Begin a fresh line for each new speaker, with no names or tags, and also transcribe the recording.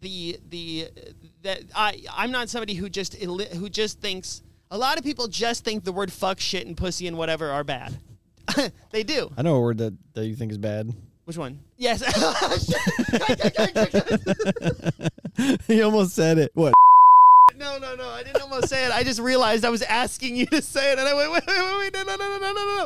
the the that I I'm not somebody who just eli- who just thinks a lot of people just think the word fuck shit and pussy and whatever are bad. they do.
I know a word that, that you think is bad.
Which one? Yes.
he almost said it. What?
no, no, no. I didn't almost say it. I just realized I was asking you to say it, and I went, wait, wait, wait, wait, no, no, no, no, no, no, no.